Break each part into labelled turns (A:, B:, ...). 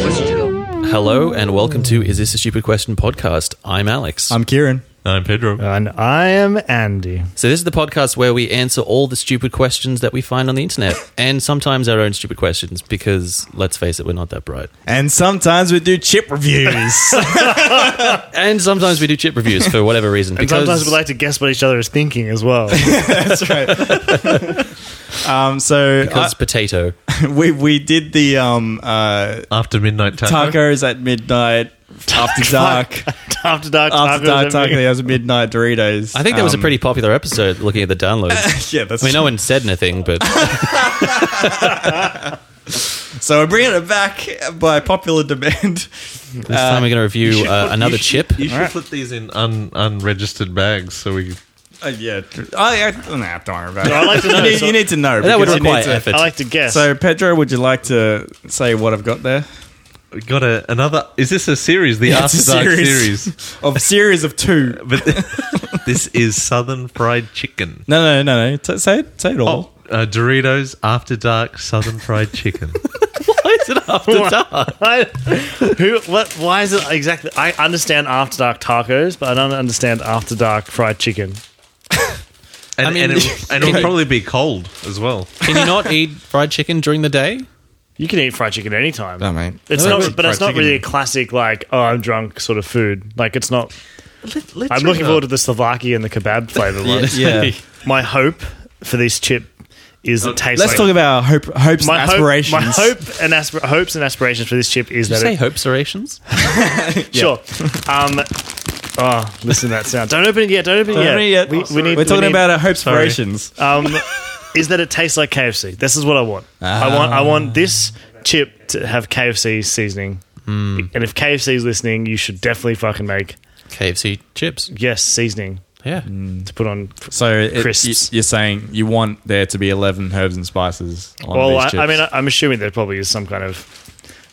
A: Hello and welcome to Is This a Stupid Question podcast. I'm Alex.
B: I'm Kieran.
C: I'm Pedro.
D: And I am Andy.
A: so, this is the podcast where we answer all the stupid questions that we find on the internet and sometimes our own stupid questions because let's face it, we're not that bright.
B: And sometimes we do chip reviews.
A: And sometimes we do chip reviews for whatever reason.
D: And
A: because
D: sometimes we like to guess what each other is thinking as well.
B: That's right. um, so
A: because potato.
B: I- we we did the um, uh,
C: After midnight taco.
B: tacos at midnight after dark.
D: After
B: After
D: dark, tacos,
B: dark
D: everything.
B: taco, that was midnight Doritos.
A: I think that was a
B: Um,
A: pretty popular episode looking at the downloads.
B: yeah. That's
A: I mean, no one said anything, but
B: So we're bringing it back by popular demand.
A: this time we're going to review uh, another chip.
C: You should
B: Alright.
C: put these in un- unregistered bags so we.
B: Uh, yeah, I, I nah, don't worry about it.
D: No, I'd like to know.
B: you,
D: So-
B: you need to know.
A: That would
B: because you need
A: require
B: to-
A: effort.
D: I like to guess.
B: So Pedro, would you like to say what I've got there?
C: we Got a, another. Is this a series? The
B: Yeah, it's
C: After
B: a
C: Dark
B: series.
C: series.
B: Of series of two.
C: But this is Southern Fried Chicken.
B: No, no, no, no. T- say it. Say it all.
C: Uh, Doritos After Dark Southern Fried Chicken.
A: Why is it after dark?
D: I, who? What? Why is it exactly? I understand after dark tacos, but I don't understand after dark fried chicken.
C: And,
A: I mean-
C: and, it, and it'll probably be cold as well.
A: Can you not eat fried chicken during the day?
D: You can eat fried chicken anytime.
B: No, mate.
D: It's
A: No,
D: not,
A: it's
D: but it's
C: fried
D: not really a
C: chicken.
D: classic like oh I'm drunk sort of food. Like it's not.
C: Let's
D: I'm looking forward to the Slovakia and the kebab flavor one.
B: Yeah.
D: My hope for this chip is it tastes.
B: Let's
D: like,
B: talk about hope, hopes
D: my
B: and
D: hope,
B: aspirations.
D: my hope and aspir- hopes and aspirations for this chip is
A: Did you
D: that
A: say
D: it,
A: hopes orations?
D: sure. Um, oh, listen to that sound. Don't open it yet. Don't open
B: Don't
D: it yet.
B: open it yet.
D: We, we need,
B: We're talking
D: we need-
B: about our hopes aspirations.
D: Um, is that it tastes like KFC? This is what I want. I want. I want this chip to have KFC seasoning.
B: Hmm.
D: And if KFC is listening, you should definitely fucking make
A: KFC chips.
D: yes seasoning
A: Yeah.
D: to put on.
B: So it,
D: Crisps.
B: y- you're saying you want there to be 11 herbs and spices on
D: Well,
B: these
D: I,
B: chips.
D: I mean, uh, I, I'm assuming there probably is some kind of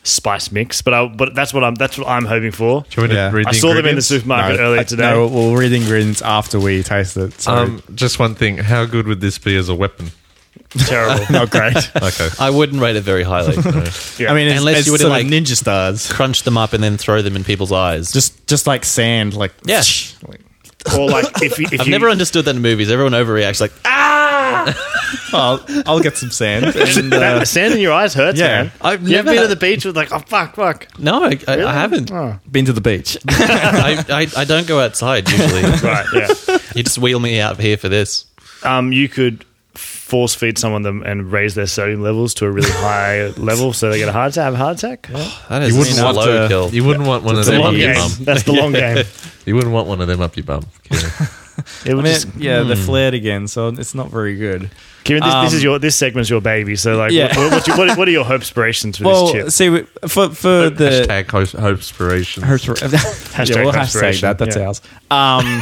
D: spice mix, but I, but that's what I'm that's what I'm hoping for.
C: Do you want me to
B: Yeah.
C: read
D: I
C: the
D: saw them in the
C: ingredients?
D: supermarket
B: No,
D: earlier
B: I-
D: today.
B: No, we'll read the ingredients after we taste it. So
C: Um, just one thing. How good would this be as a weapon?
D: Terrible.
B: not great.
C: Okay.
A: I wouldn't rate it very highly.
D: oh, Yeah.
B: I mean, it's,
A: Unless
B: it's
A: you would've,
B: sort of
A: like-
B: ninja stars,
A: Crunch them up and then throw them in people's eyes.
B: just just like sand, like
A: Yeah.
B: like,
D: or like if you, if
A: I've
D: you
A: never understood that in movies. Everyone overreacts like, ah!
B: I'll, I'll get some sand. And, uh,
D: that sand in your eyes hurts,
B: Yeah.
D: man.
A: I've
D: you ever
A: never-
D: been to the beach with like, oh fuck, fuck.
A: no, I, I, I haven't.
D: Oh.
B: been to the beach.
A: I, I, I don't go outside usually.
D: Right, yeah.
A: you just wheel me out here for this.
D: um, you could force feed someone them and raise their sodium levels to a really high level, so they get a heart attack. Have a heart attack.
A: That is
B: You wouldn't
A: a
B: want
A: slow
B: to-
A: kill.
C: You wouldn't want one of
D: It's the
C: them up
D: long
C: your
D: game.
C: bum.
D: That's the long game.
C: You wouldn't want one of them up your bum. Kieran.
D: It
B: I
D: would
B: mean,
D: just,
B: yeah, they're flared again, so it's not very good.
D: Kieran, this, this
B: um,
D: is your this segment's your baby. So like,
B: Yeah.
D: what, what's your- what, what are your aspirations for
B: Well,
D: this chip?
B: see, we- for for the
C: Hashtag hope, hope aspiration.
B: Her thro- hashtag, we'll hashtag
D: perspiration.
B: that. That's
D: Yeah.
B: ours. Um,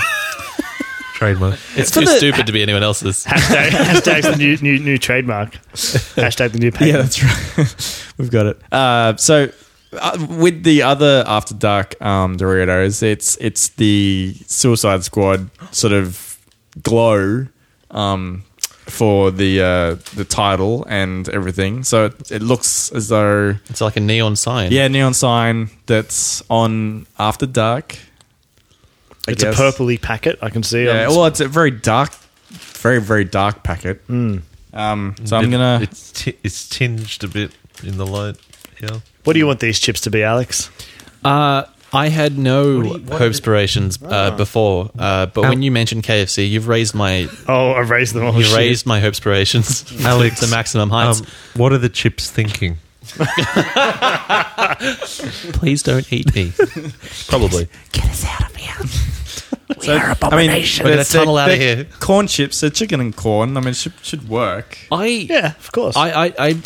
C: Trademark.
A: It's
B: for
A: too
B: the-
A: stupid to be anyone else's.
D: Hashtag, hashtag's the new, new new trademark. Hashtag the new
B: yeah,
D: patent.
B: that's right. We've got it. Uh, so uh, with the other After Dark um, Doritos, it's it's the Suicide Squad sort of glow um, for the uh, the title and everything. So it, it looks as though
A: It's like a neon sign.
B: yeah, neon sign that's on After Dark. I
D: It's a
B: guess.
D: purpley packet. I can see. Um,
B: Yeah,
D: on-
B: well, it's a very dark, very very dark packet. Um, so I'm
C: It-
B: gonna.
C: It's ti it's tinged a bit in the light. Yeah.
D: what do you want these chips to be, Alex?
A: Uh, I had no hopes aspirations uh, before, uh, but when you mentioned KFC, you've raised my
D: Oh, I raised them all.
A: you
D: Shit.
A: raised my hopes aspirations
C: Alex,
A: to maximum heights.
C: Um, what are the chips thinking?
A: Please don't eat me. Probably.
B: So, I
A: We're
B: mean,
A: gonna
B: it's-
A: tunnel
B: they're-
A: outta
B: they're
A: here.
B: Corn chips, so chicken and corn. I mean, it should, should work.
A: I
D: Yeah, of course.
A: I, I, I,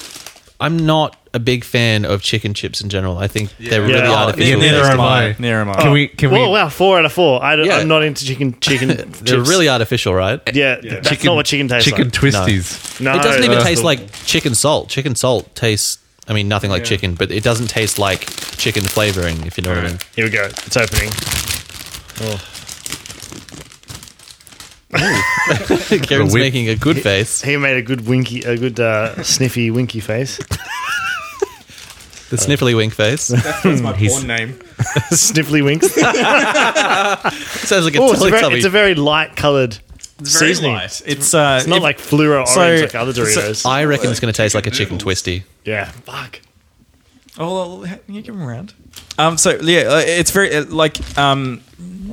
A: I'm not a big fan of chicken chips in general. I think they're
C: Yeah.
A: really
D: Yeah.
A: artificial.
C: Yeah, neither
A: tasting.
C: am I.
B: Near am I?
C: Can we? Can
D: Whoa,
C: we?
D: wow, four out of four. I don't,
A: Yeah.
D: I'm not into chicken. Chicken.
A: They're
D: chips.
A: really artificial, right?
D: Yeah, that's not what chicken tastes
C: chicken
D: like.
C: twisties.
D: No,
A: it doesn't even
D: that's
A: taste
D: the-
A: like chicken salt. Chicken salt tastes, I mean, nothing like chicken, but it doesn't taste like chicken flavoring, if you know what I mean.
D: Here we go. It's opening.
A: Karen's
C: whip.
A: making a good face.
D: He made a good winky, a good uh, sniffy winky face.
A: The sniffly wink face.
B: That's my porn name.
D: Sniffly winks.
A: Sounds like a
D: Oh, it's, a
A: Teletubby.
D: very, it's a very light coloured
B: Very
D: seasoning.
B: light. It's uh,
D: It's not
B: if-
D: like fluoro
B: so-
D: orange like other
B: so-
D: Doritos.
A: I reckon it's going to taste like a chicken twisty.
D: yeah, fuck.
B: Oh, well, you give them around. Um, so yeah, uh, it's very uh, like um,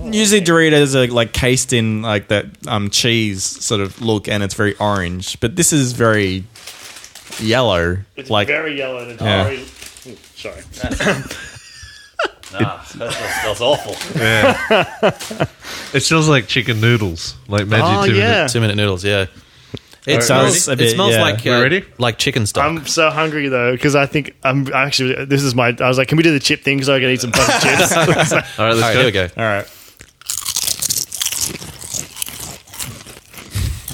B: usually Doritos are like cased in like that um cheese sort of look, and it's very orange. But this is very yellow.
D: It's
B: like
D: very yellow and it's
B: Yeah.
D: very. Mm, Sorry.
E: That's awful.
C: It smells like chicken noodles, like
D: Oh,
C: magic two
D: yeah.
A: Two minute noodles, yeah. It
B: does
A: smells,
B: a
A: it
B: bit,
A: smells
B: yeah.
A: like
C: We
A: uh,
C: ready?
A: like chicken stock.
D: I'm so hungry though because I think I'm actually. This is my. I was like, can we do the chip thing? Because I can eat some fucking chips.
C: All right, let's
A: All right,
C: go.
A: here we go.
B: all right.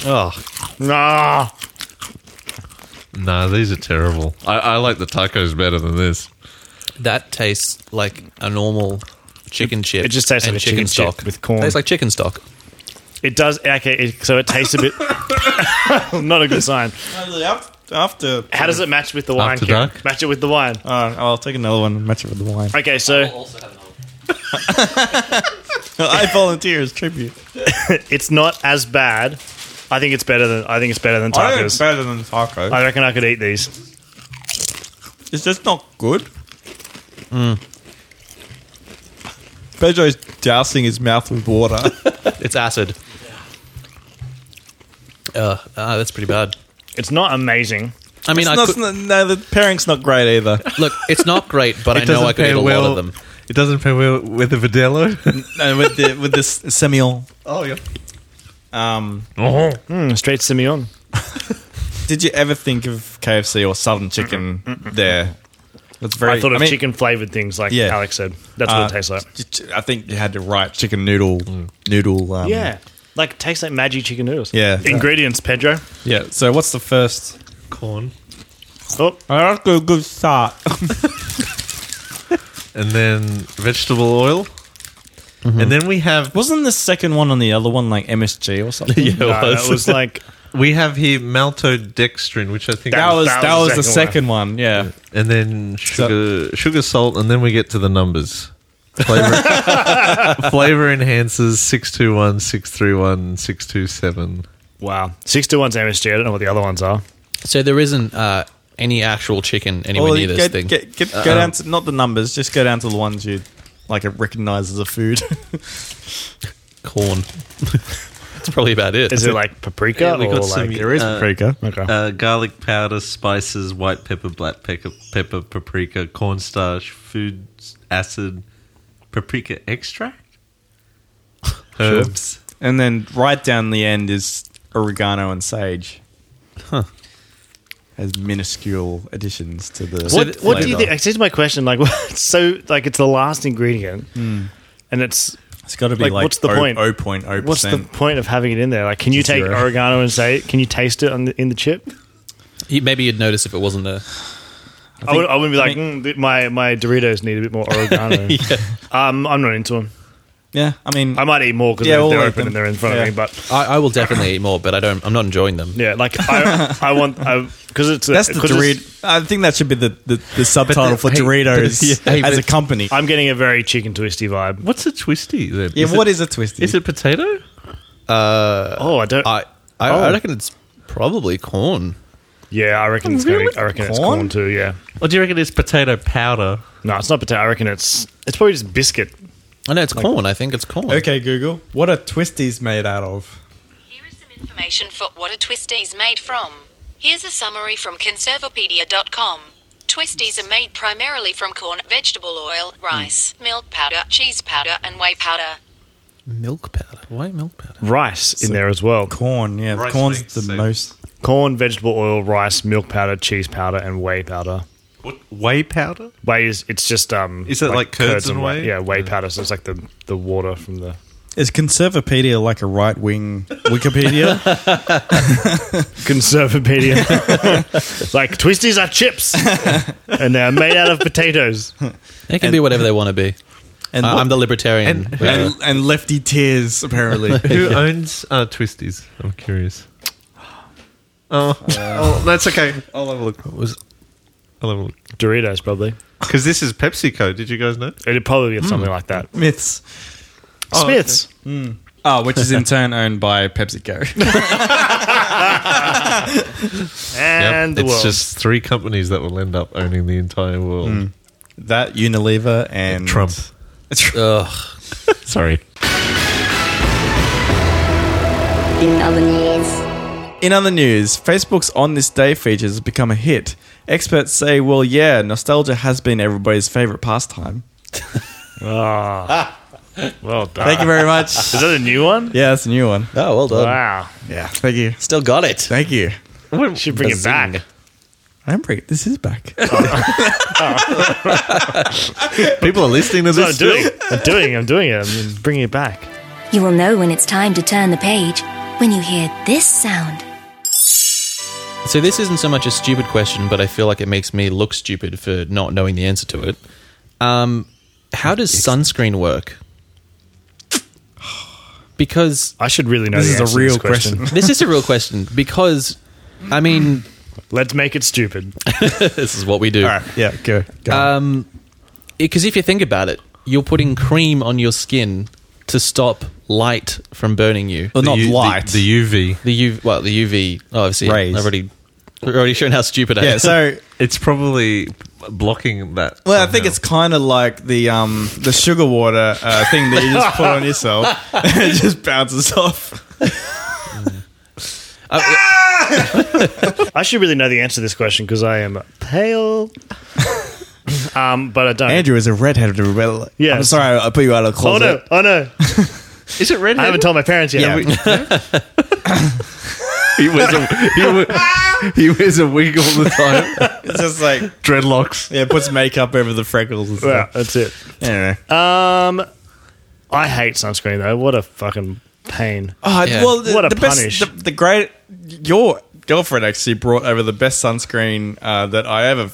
C: Oh,
D: nah.
C: no, these are terrible. I, I like the tacos better than this.
A: That tastes like a normal chicken chip.
D: It just tastes
A: and
D: like a chicken chip with corn.
A: Tastes like chicken stock.
D: It does. Okay, it, so it tastes a bit. not a good sign.
B: After
D: How does it match with the wine?
C: After
D: Kieran?
C: dark?
D: Match it with the wine.
B: Uh, I'll take another one and match it with the wine.
D: Okay, so
B: I volunteer as tribute.
D: it's not as bad. I think it's better than. I think it's better than
B: I think it's
D: tacos.
B: better than taco.
D: I reckon I could eat these.
B: it's just not good. Mm. Pedro's dousing his mouth with water.
A: It's acid. Uh, ah, that's pretty bad.
D: It's not amazing.
A: I mean,
B: It's
A: I
B: not-
A: could,
B: no, the pairing's not great either.
A: look. It's not great, but I
C: It
A: know
C: doesn't
A: I could eat
C: pair
A: a
C: well-
A: lot of them.
C: It doesn't pair well with the Vidello.
B: and with the with this Samuel.
C: oh, yeah.
B: Um,
C: Oh.
D: Mm, straight Simeon.
B: did you ever think of KFC or Southern Chicken there? That's very.
D: I thought of
B: mean,
D: chicken flavored things, like
B: Yeah.
D: Alex said. That's
B: uh,
D: what it tastes like.
B: ch- ch- I think you had to write chicken noodle noodle. Um,
D: Yeah, like it tastes like Maggi chicken noodles.
B: Yeah.
D: Ingredients, Pedro.
B: yeah. So what's the first?
C: Corn.
D: Oh,
B: That's a good start.
C: And then vegetable oil. And then we have
B: Wasn't the second one on the other one like MSG or something?
C: yeah, it
D: no,
C: was.
D: that was like
C: we have here maltodextrin, which I think
B: That was that, was, the
D: second
B: second one. Yeah.
C: and then sugar, sugar, salt, and then we get to the numbers. Flavor, flavor enhances six two one, six three one, six two seven.
D: wow. Six to one's MSG. I don't know what the other ones are.
A: So there isn't uh, any actual chicken anywhere
B: Well,
A: near this
B: get,
A: thing.
B: get, get, go down to not the numbers. Just go down to the ones you like recognize as a food.
A: Corn. That's probably about it.
D: Is it like paprika?
C: Yeah, we got
D: or
C: some-
D: like,
C: There is Uh,
B: paprika.
D: Okay.
C: Uh, garlic powder, spices, white pepper, black pepper, pepper, paprika, cornstarch, food acid, paprika extract, herbs.
B: And then right down the end is oregano and sage. Huh. As minuscule additions to the.
D: what
A: the
D: what do you
A: flavour.
D: think? Actually, Here's my question. Like, it's so like it's the last ingredient,
B: Hmm.
D: and it's
B: It's got to be
D: like,
B: like,
D: what's the
B: o-
D: point?
B: 0.0%.
D: what's the point of having it in there? Like, can you take
B: Zero.
D: oregano and say, can you taste it on the, in the chip?
A: You- Maybe you'd notice if it wasn't there.
D: I, would, I would be like, mm, th- my my Doritos need a bit more oregano. um, I'm not into them.
B: yeah, I mean,
D: I might eat more because
B: Yeah,
D: they're,
B: we'll
D: they're
B: eat
D: open
B: them.
D: and they're in front
B: Yeah.
D: of me. But
A: I, I will definitely eat more, but I don't. I'm not enjoying them.
D: yeah, like I I want because it's
B: that's the
D: 'cause it's-
B: Dorito. I think that should be the, the, the subtitle for
C: hey,
B: Doritos
A: but- yeah.
B: as
A: Hey,
B: a company.
D: I'm getting a very chicken twisty vibe.
C: What's a twisty? Then?
B: yeah,
C: is
B: what
C: it,
B: is a twisty?
C: is it potato?
B: Uh,
D: Oh, I don't.
A: I I,
D: Oh.
A: I reckon it's probably corn.
D: yeah, I reckon it's gonna be, I reckon it's
B: Corn?
D: corn too. Yeah,
C: Or do you reckon it's potato powder?
D: no, it's not potato. I reckon it's it's probably just biscuit.
A: I know it's corn. I think it's corn.
B: okay, Google. What are twisties made out of?
F: Here is some information for what a twistie is made from. Here's a summary from conservopedia.com. Twisties are made primarily from corn, vegetable oil, rice, milk powder, cheese powder, and whey powder.
A: Milk powder. Why milk powder?
D: rice in there as well.
B: Corn, yeah.
C: Rice
B: corn's
C: makes
B: the
C: sense.
B: most.
D: Corn, vegetable oil, rice, milk powder, cheese powder, and whey powder.
C: What whey powder?
D: Whey is it's just um.
C: Is it like curds and whey?
D: Yeah, whey powder. So it's like the the water from the.
B: Is Conservapedia like a right wing Wikipedia?
D: Conservapedia. It's like twisties are chips, and they're made out of potatoes.
A: They can be whatever they want to be.
B: and,
A: I- I'm the libertarian.
C: and-
A: Yeah.
B: and, and lefty tears, apparently.
C: Who owns uh, Twisties? I'm
B: Oh,
C: curious. Oh, oh that's okay. I'll have a look. Was
D: Doritos, probably.
C: Because this is PepsiCo. Did you guys know?
D: It'd probably be
C: Hmm.
D: something like that.
B: Myths.
D: Smiths.
B: Oh, which is in turn owned by PepsiCo.
D: And the
C: it's
D: world.
C: just three companies that will end up owning the entire world.
B: that Unilever and
C: Trump.
A: Ugh.
C: Sorry.
E: In other news,
B: In other news, Facebook's On This Day feature has become a hit. Experts say, well, yeah, nostalgia has been everybody's favorite pastime.
D: well done.
B: Thank you very much.
D: Is that a new one?
B: yeah, that's a new one.
A: Oh, well done.
D: Wow.
B: Yeah, thank you.
A: Still got it.
B: Thank you.
D: Should bring it back.
B: I'm pretty, This is back. Oh.
C: People are listening to
D: No, I'm
C: this.
D: doing it. I'm doing it. I'm doing it. I'm bringing it back.
E: you will know when it's time to turn the page when you hear this sound.
A: So this isn't so much a stupid question, but I feel like it makes me look stupid for not knowing the answer to it. Um, how does sunscreen work? Because
D: I should really know
B: This is a
D: the answer to
B: real
D: this question.
B: question.
A: this is a real question. Because I mean,
D: Let's make it stupid.
A: this is what we do.
B: yeah, go. go.
A: Um, because if you think about it, you're putting cream on your skin to stop light from burning you.
B: well,
C: The
B: not
C: U- the-
B: light.
C: The, UV.
A: The U, well, the UV. Oh, I've seen.
B: Rays.
A: I've already, I've already shown how stupid I
B: yeah,
A: am.
B: so
C: It's probably blocking that.
B: well, I think
C: somehow.
B: it's kind of like the um the sugar water uh, thing that you just put on yourself and it just bounces off.
D: I should really know the answer to this question because I am pale. um, but I don't.
B: Andrew is a redheaded rebel.
D: Yes.
B: I'm sorry, I put you out of the
D: oh
B: closet.
D: no! Oh no!
C: Is it red?
D: I haven't told my parents yet.
B: Yeah, we-
C: He wears a he, we- he wears a wig all the time.
B: It's just like
C: Dreadlocks.
B: yeah, puts makeup over the freckles. And
D: Yeah,
B: stuff.
D: that's it.
B: Anyway.
D: Um, I hate sunscreen though. What a fucking pain.
B: Oh,
A: Yeah.
B: well, the,
D: What a
B: the best,
D: punish.
B: The, the great, your girlfriend actually brought over the best sunscreen uh, that I ever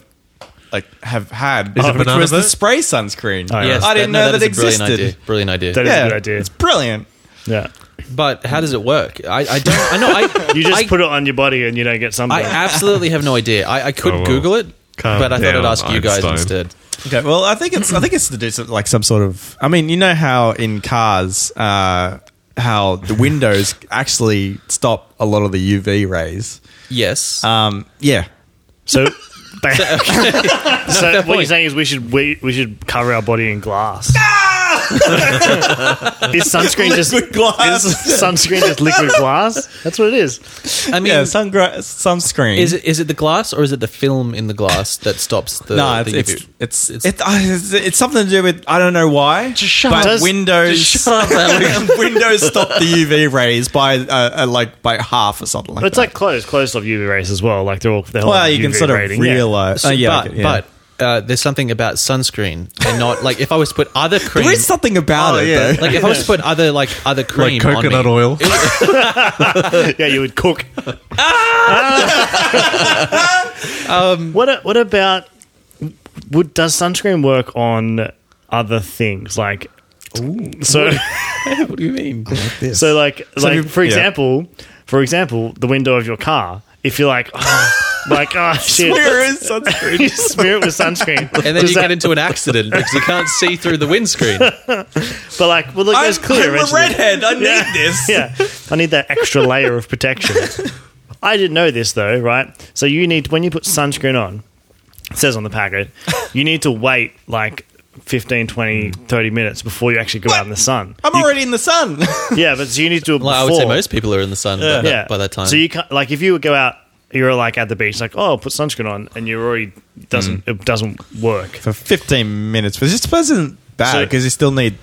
B: like have had,
C: Is
D: Oh,
C: it
B: which
C: banana
B: was the
C: boat?
B: spray sunscreen.
D: yeah.
A: Yes,
B: I didn't know that,
A: is a
B: existed.
A: Brilliant idea. Brilliant idea.
D: That is
B: Yeah,
D: Oh, a good idea.
B: It's brilliant.
D: Yeah,
A: But how does it work? I, I don't. I know. I
D: you just
A: I,
D: put it on your body and you don't get
A: I
D: sunburn.
A: absolutely have no idea. I, I could
C: Oh, well.
A: Google it,
C: Calm
A: but I thought I'd
C: down,
A: ask you guys
C: Einstein.
A: instead.
B: Okay, well, I think it's I think it's to do some, like some sort of. I mean, you know how in cars, uh, how the windows actually stop a lot of the UV rays.
A: Yes.
B: Um, yeah,
D: so. so what you're
A: point.
D: saying is we should we, we should cover our body in glass. is sunscreen just
B: Liquid glass.
D: Is sunscreen just liquid glass? That's what it is.
A: I mean,
B: yeah, sungra- sunscreen
A: is it is it the glass or is it the film in the glass that stops the?
B: no,
A: the
B: it's
A: UV?
B: it's it's, it's, uh, it's it's something to do with I don't know why. Just
D: shut
B: but
D: up. Just-
B: Windows
A: just shut up, Alex.
B: Windows stop the UV rays by uh, uh, like by half or something like
D: But it's
B: that.
D: like clothes. Clothes love UV rays as well. Like they're all they're
B: well, you can sort of
D: rating.
B: realize.
A: So-
B: oh, yeah,
A: but
B: okay, yeah.
A: but uh, there's something about sunscreen and not like if I was to put other cream.
B: there is something about
C: Oh,
B: it
C: yeah.
B: though.
A: like if I was to put other like other cream
C: Like
A: on
C: coconut
A: me,
C: oil.
D: Yeah. yeah, you would cook.
B: Ah!
D: um, what a- what about would does sunscreen work on other things like so
A: What do you mean?
D: so like like
B: you-
D: for
B: yeah.
D: example for example the window of your car if you're like oh, like oh shit
B: Where is sunscreen?
D: you smear it with sunscreen
A: And then you get into an accident because you can't see through the windscreen.
D: but like well look
B: I'm,
D: it's clear
B: I'm a
D: eventually.
B: redhead. I
D: Yeah.
B: need this.
D: yeah. I need that extra layer of protection. I didn't know this though, right? So you need when you put sunscreen on, it says on the packet, you need to wait like 15, 20, 30 minutes before you actually go out in the sun.
B: I'm already in the sun.
D: Yeah, but so you need to do it before.
A: Like, I would say most people are in the sun by, that,
D: yeah.
A: by that time.
D: So you can't, like if you would go out you're like at the beach, like, oh, put sunscreen on, and you're already doesn't it doesn't work.
B: For 15 minutes, which this wasn't bad
D: So-
B: because you still need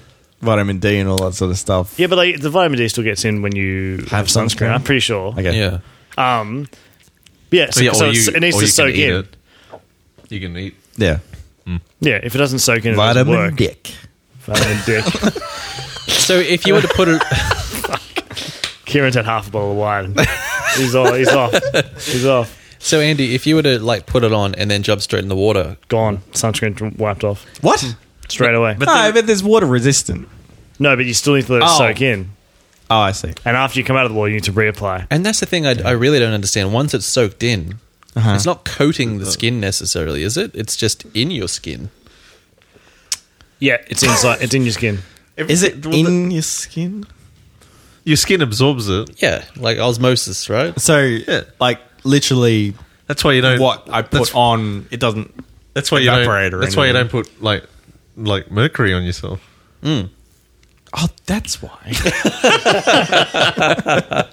B: vitamin D and all that sort of stuff.
D: Yeah, but like the vitamin D still gets in when you have, sunscreen,
B: sunscreen.
D: I'm pretty sure.
B: Okay.
A: yeah.
D: Um, yeah, so,
C: Yeah,
D: so
C: or
D: it's,
C: you-
D: it needs
C: or
D: to
C: you can
D: soak
C: eat
D: in.
C: it. You can eat.
B: Yeah.
D: Yeah, if it doesn't soak in, it doesn't
B: Vitamin
D: work.
B: Dick.
D: Vitamin dick.
A: So if you were to put it,
D: Kieran's had half a bottle of wine. He's off. He's off. He's off.
A: so Andy, if you were to like put it on and then jump straight in the water,
D: Gone. Sunscreen wiped off
B: What?
D: straight away.
B: no, but there's water resistant.
D: no, but you still need to let it
B: Oh.
D: soak in.
B: Oh, I see.
D: And after you come out of the water, you need to reapply.
A: and that's the thing I, I really don't understand. Once it's soaked in,
B: Uh-huh.
A: It's not coating the skin necessarily, is it? It's just in your skin.
D: Yeah, it's inside. it's in your skin.
B: Is it in your skin?
C: Your skin absorbs it.
A: Yeah, like osmosis, right?
B: So,
C: Yeah.
B: like, literally,
C: That's why you don't.
B: what I put
C: that's,
B: on, it doesn't.
C: that's why you
B: evaporate or
C: don't. That's why you don't
B: anything.
C: put like like mercury on yourself.
B: Oh, that's why.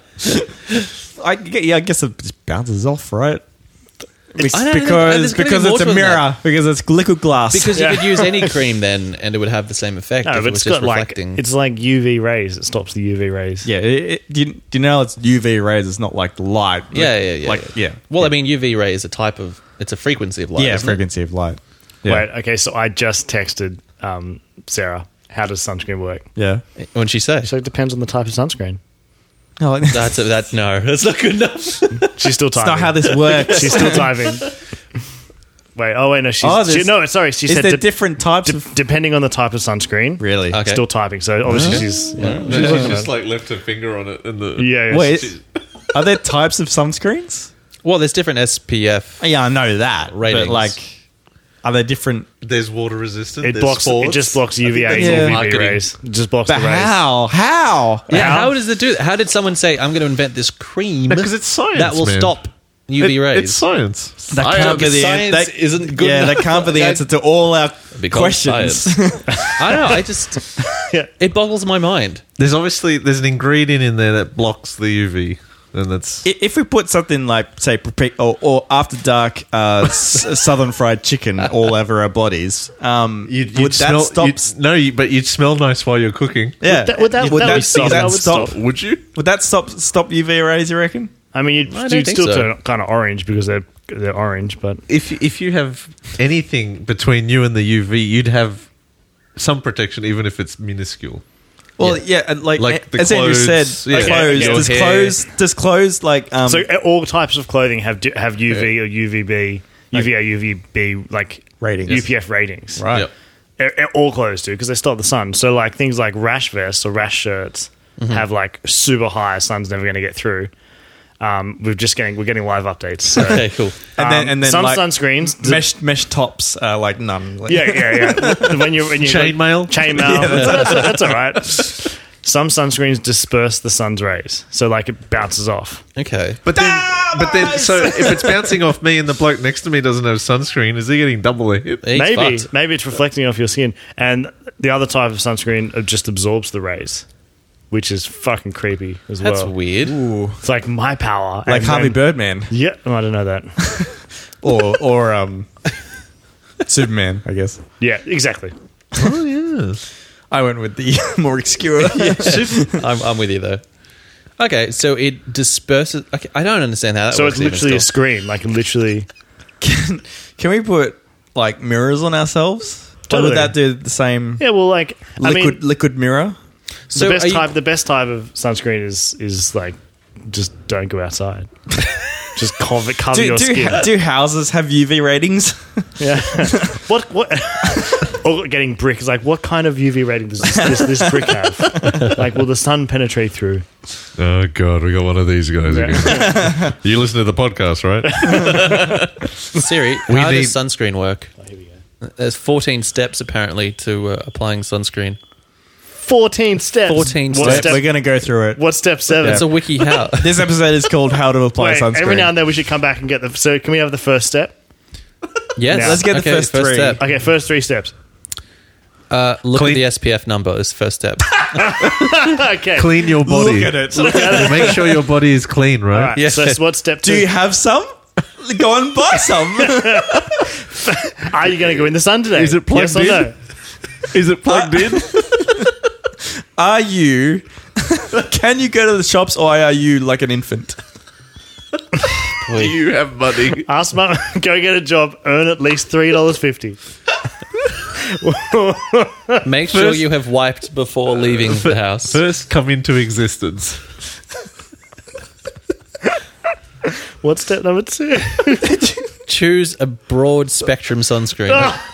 B: I, gue- yeah, I guess it just bounces off, right? It's
A: I don't think-
B: because
A: there's gotta
B: because
A: be
B: it's
A: more
B: a
A: to it than
B: mirror because it's liquid glass.
A: Because
D: Yeah.
A: you could use any cream then, and it would have the same effect.
D: No,
A: if
D: but
A: it was
D: it's
A: just
D: got like
A: reflecting.
D: it's like UV rays. It stops the UV rays.
B: yeah, it, it, do, you, do you know it's UV rays? It's not like light.
A: yeah, yeah, yeah.
B: Like yeah.
A: Well,
B: yeah.
A: I mean, UV ray is a type of it's a frequency of light.
B: yeah,
A: isn't it?
B: frequency of light. Yeah,
D: Wait. Okay. So I just texted um, Sarah. How does sunscreen work?
B: yeah.
A: What'd she say?
D: So it depends on the type of sunscreen.
B: No, like-
A: That's a, that. No, that's not good enough.
D: She's still
B: that's
D: typing.
B: not how this works.
D: She's still typing. Wait. Oh wait. No. She's
B: Oh,
D: she,
B: there's-
D: no. Sorry. She
B: Is
D: said
B: there
D: de-
B: different types
D: de-
B: of
D: depending on the type of sunscreen.
B: really?
A: Okay.
D: Still typing. So obviously she's yeah.
C: She just like left her finger on it in the
D: yeah,
B: Wait, are there types of sunscreens?
A: Well, there's different SPF.
B: Oh, Yeah, I know that.
A: Ratings.
B: But like, are there different?
C: There's water resistant.
D: It
C: there's
D: blocks. It
C: sports.
D: just blocks UVA
B: that's all
D: or UV
C: marketing.
D: rays. It just blocks
B: But
D: the rays.
B: how? How?
A: Yeah,
D: How?
A: how? does it do that? How did someone say I'm going to invent this cream
C: Because it's science.
A: that will
C: man.
A: stop UV
C: It-
A: rays?
C: It's science.
B: That
A: I
B: can't be
A: am-
B: the
A: science
B: answer.
A: isn't good
B: Yeah,
A: enough.
B: that can't be the
A: That-
B: answer to all our
A: Because
B: questions.
A: I don't know. I just
D: Yeah.
A: it boggles my mind.
C: There's obviously there's an ingredient in there that blocks the UV, and that's
B: I- if we put something like, say, prepa- or, or after dark uh, s- southern fried chicken all over our bodies, um, would that
C: smell-
B: stop?
C: you'd- no, you, but you'd smell nice while you're cooking.
B: yeah,
D: Would that- would that- that would stop- that would stop.
C: Would you?
B: Would that stop? Stop UV rays? You reckon?
D: I mean, you'd,
A: I don't
D: you'd
A: think
D: still
A: so.
D: turn kind of orange because they're they're orange, but
C: If if you have anything between you and the UV, you'd have some protection, even if it's minuscule.
B: Well, yeah, and like,
C: Like the
B: as Andrew said,
C: clothes, yeah.
B: clothes,
D: Your
B: does
C: hair.
B: clothes, does clothes, like, um,
D: so uh, all types of clothing have d- have UV or UVB, UVA, UVB like
B: Ratings.
D: UPF ratings.
B: right?
A: Yep.
D: Uh, uh, All clothes do because they stop the sun. So like things like rash vests or rash shirts
B: Mm-hmm.
D: have like super high. Sun's never going to get through. Um, we're just getting we're getting live updates. So.
A: Okay, cool.
B: And then,
D: Um,
B: and then,
D: some
B: like,
D: sunscreens.
B: mesh mesh tops are like none. Like,
D: yeah, yeah, yeah. when you're when you
C: Chainmail?
D: chainmail. that's, that's all right. Some sunscreens disperse the sun's rays, so like it bounces off.
A: Okay.
C: But then, but then, so if it's bouncing off me and the bloke next to me doesn't have sunscreen, is he getting double the hit?
A: He's
D: maybe
A: fucked.
D: maybe it's reflecting off your skin, and the other type of sunscreen uh, just absorbs the rays, which is fucking creepy as
A: That's
D: well.
A: weird.
D: It's like my power,
B: like
D: and
B: Harvey
D: then-
B: Birdman
D: Yeah, oh, I don't know that.
B: or or um, Superman, I guess.
D: Yeah, exactly.
C: Oh yeah.
B: I went with the more obscure.
A: I'm, I'm with you though. Okay, so it disperses. Okay, I don't understand how that
D: So
A: works.
D: it's literally
A: even
D: a
A: still.
D: screen, like literally.
B: Can we put like mirrors on ourselves? Or
D: Totally.
B: Would that do the same
D: Yeah, well, like I
B: liquid
D: mean,
B: liquid mirror?
A: so
D: the best
A: are you-
D: type the best type of sunscreen is is like just don't go outside. just cover cover
B: Do,
D: your
B: do,
D: skin.
B: do houses have UV ratings?
D: yeah. what what or getting brick is like what kind of UV rating does this, this, this brick have? like will the sun penetrate through?
C: Oh god, we got one of these guys
D: Yeah.
C: again. you listen to the podcast, right?
A: Siri,
C: We
A: how
C: need-
A: does sunscreen work? There's 14 steps apparently to uh, applying sunscreen.
D: Fourteen steps.
A: 14
D: What
A: steps.
D: step,
B: We're gonna go through it.
D: what step seven?
A: It's a wiki how.
B: This episode is called "How to Apply
D: Wait,
B: Sunscreen."
D: every now and then we should come back and get the so can we have the first step?
A: yes,
D: Now- Let's
B: get the
A: okay,
B: first three.
A: step.
D: Okay, first three steps.
A: Uh, look at
C: Clean-
A: the SPF number. Is first step.
D: okay.
C: Clean your body.
B: Look at it.
C: Make sure your body is clean,
D: All
C: right?
D: right.
A: Yeah.
D: So what step two?
B: do you have some? Go and buy some.
D: Are you going to go in the sun today?
C: Is it plugged
D: yes or no?
C: in? Is it plugged in?
B: Are you? Can you go to the shops, or are you like an infant?
C: Do you have money?
D: Ask mum, go get a job, earn at least three dollars fifty.
A: Make sure you have wiped before leaving the house.
C: First come into existence.
D: What's step number two?
A: Choose a broad spectrum sunscreen.
D: should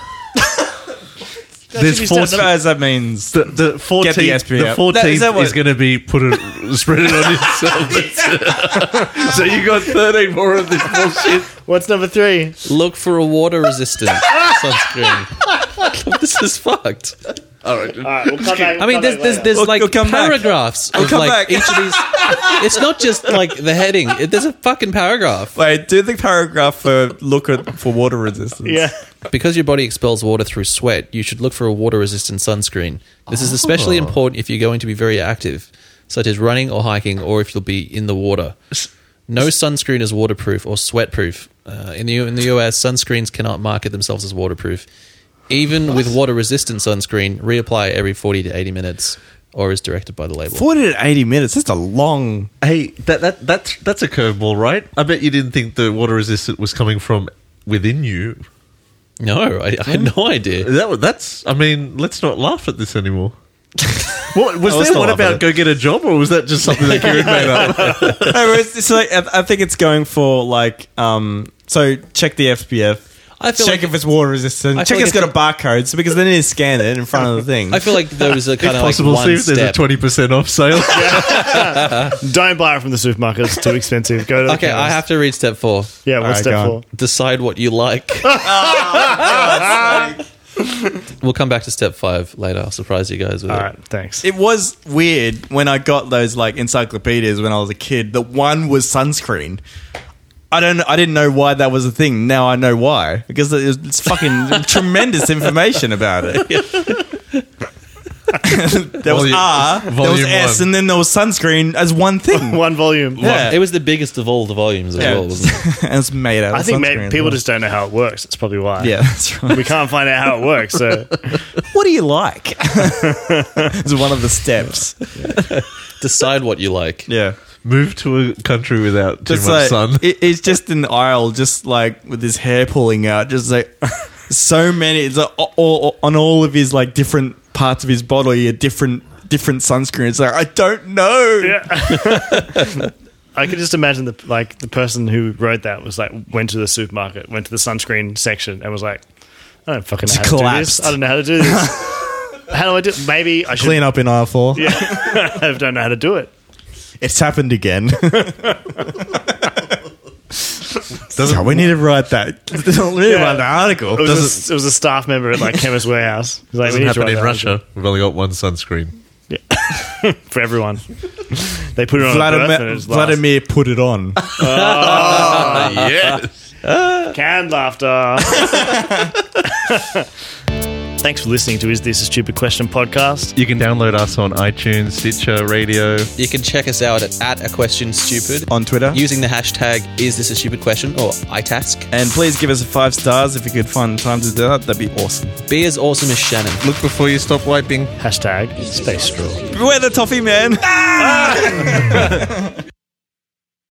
D: be
C: There's four.
D: set-
B: Suppose that means
C: The, the 14th,
B: the SPA
C: the
B: out.
C: 14th
B: That- is
C: is
B: that what-
C: going to be put it, spread it on itself. so you got 13 more of this bullshit.
D: What's number three?
A: Look for a water resistant sunscreen. this is fucked.
C: All right.
D: All right, we'll come back.
A: I mean, there's there's, there's
B: We'll-
A: like
B: we'll come back.
A: paragraphs of
B: come
A: like
B: back.
A: each of these. It's not just like the heading. It, there's a fucking paragraph
B: wait. Do the paragraph for look at for water resistance.
D: yeah.
A: because your body expels water through sweat. You should look for a water resistant sunscreen. This is
B: Oh.
A: especially important if you're going to be very active, such as running or hiking, or if you'll be in the water. No sunscreen is waterproof or sweat proof. Uh, in the U- in the US, sunscreens cannot market themselves as waterproof. Even with water resistant sunscreen, reapply every 40 to 80 minutes or is directed by the label.
B: Forty to eighty minutes. That's a long.
C: Hey, that, that that's that's a curveball, right? I bet you didn't think the water resistant was coming from within you.
A: No, I, I had no idea.
C: That wa- that's. I mean, let's not laugh at this anymore. What was
A: No, let's
C: there
A: not
C: one
A: laugh at
C: about
A: it.
C: go get a job, or was that just something that Kieran made up?
B: No, it's, it's like, I I think it's going for like. Um, so check the FPF.
A: I feel
B: check
A: like-
B: if it's water resistant.
A: I
B: Check
A: feel
B: it's
A: like
B: got a barcode, so because then you scan it in front of the thing.
A: I feel like those are
C: If
A: kind of like
C: possible, see
A: one
C: if there's a
A: step.
C: twenty percent off sale.
D: Don't buy it from the supermarket. It's too expensive. Go to the
A: okay, I
D: chemist.
A: have to read step four.
D: Yeah, what's
B: Alright, go
D: step
B: on.
D: four?
A: Decide what you like. we'll come back to step five later. I'll surprise you guys with
D: All
A: it.
D: right, thanks.
B: it was weird when I got those like encyclopedias when I was a kid. The one was sunscreen. I don't. I didn't know why that was a thing. Now I know why because it was- it's fucking tremendous information about it. there was
C: Volume-
B: R, there was
C: volume
B: S,
C: one.
B: and then there was sunscreen as one thing.
D: One volume.
B: Yeah.
A: It was the biggest of all the volumes as
B: Yeah.
A: well, wasn't it?
B: and it's made out.
D: I
B: of
D: think
B: sunscreen
D: maybe
B: as
D: people
B: well.
D: just don't know how it works. That's probably why.
B: Yeah, that's right.
D: We can't find out how it works. So
B: what do you like? it's one of the steps.
A: Decide what you like.
B: Yeah.
C: Move to a country without too
B: Just
C: much
B: like,
C: sun.
B: It, it's just in the aisle, just like with his hair pulling out, just like so many. It's like, all, all- on all of his like different parts of his body, a different different sunscreen. It's like I don't know.
D: I could just imagine the like the person who wrote that was like went to the supermarket, went to the sunscreen section, and was like, I don't fucking know
B: Just
D: how to do
B: collapsed.
D: this. I don't know how to do this. how do I do? Maybe I should.
B: Clean up in aisle four.
D: I don't know how to do it.
B: It's happened again.
C: Doesn't-
B: So we need to write that. we need to
D: Yeah.
B: write the article.
D: It
B: Doesn't-
D: was, a, it was a staff member at like Chemist Warehouse. It was like, we
C: Doesn't happen
D: need to write
C: in
D: that
C: Russia. We've only got one sunscreen.
D: for everyone. They put it on a berth and
B: Vladimir,
D: it's Vladimir
B: Vladimir put it on.
C: yes.
D: canned laughter. Thanks for listening to Is This a Stupid Question podcast.
C: You can download us on iTunes, Stitcher, Radio.
A: You can check us out at, at a question stupid
B: on Twitter.
A: using the hashtag is this a stupid question or iTask.
B: And please give us five stars if you could find the time to do that. That'd be awesome.
A: Be as awesome as Shannon.
C: Look before you stop wiping.
D: Hashtag Space Straw.
B: Beware the toffee man.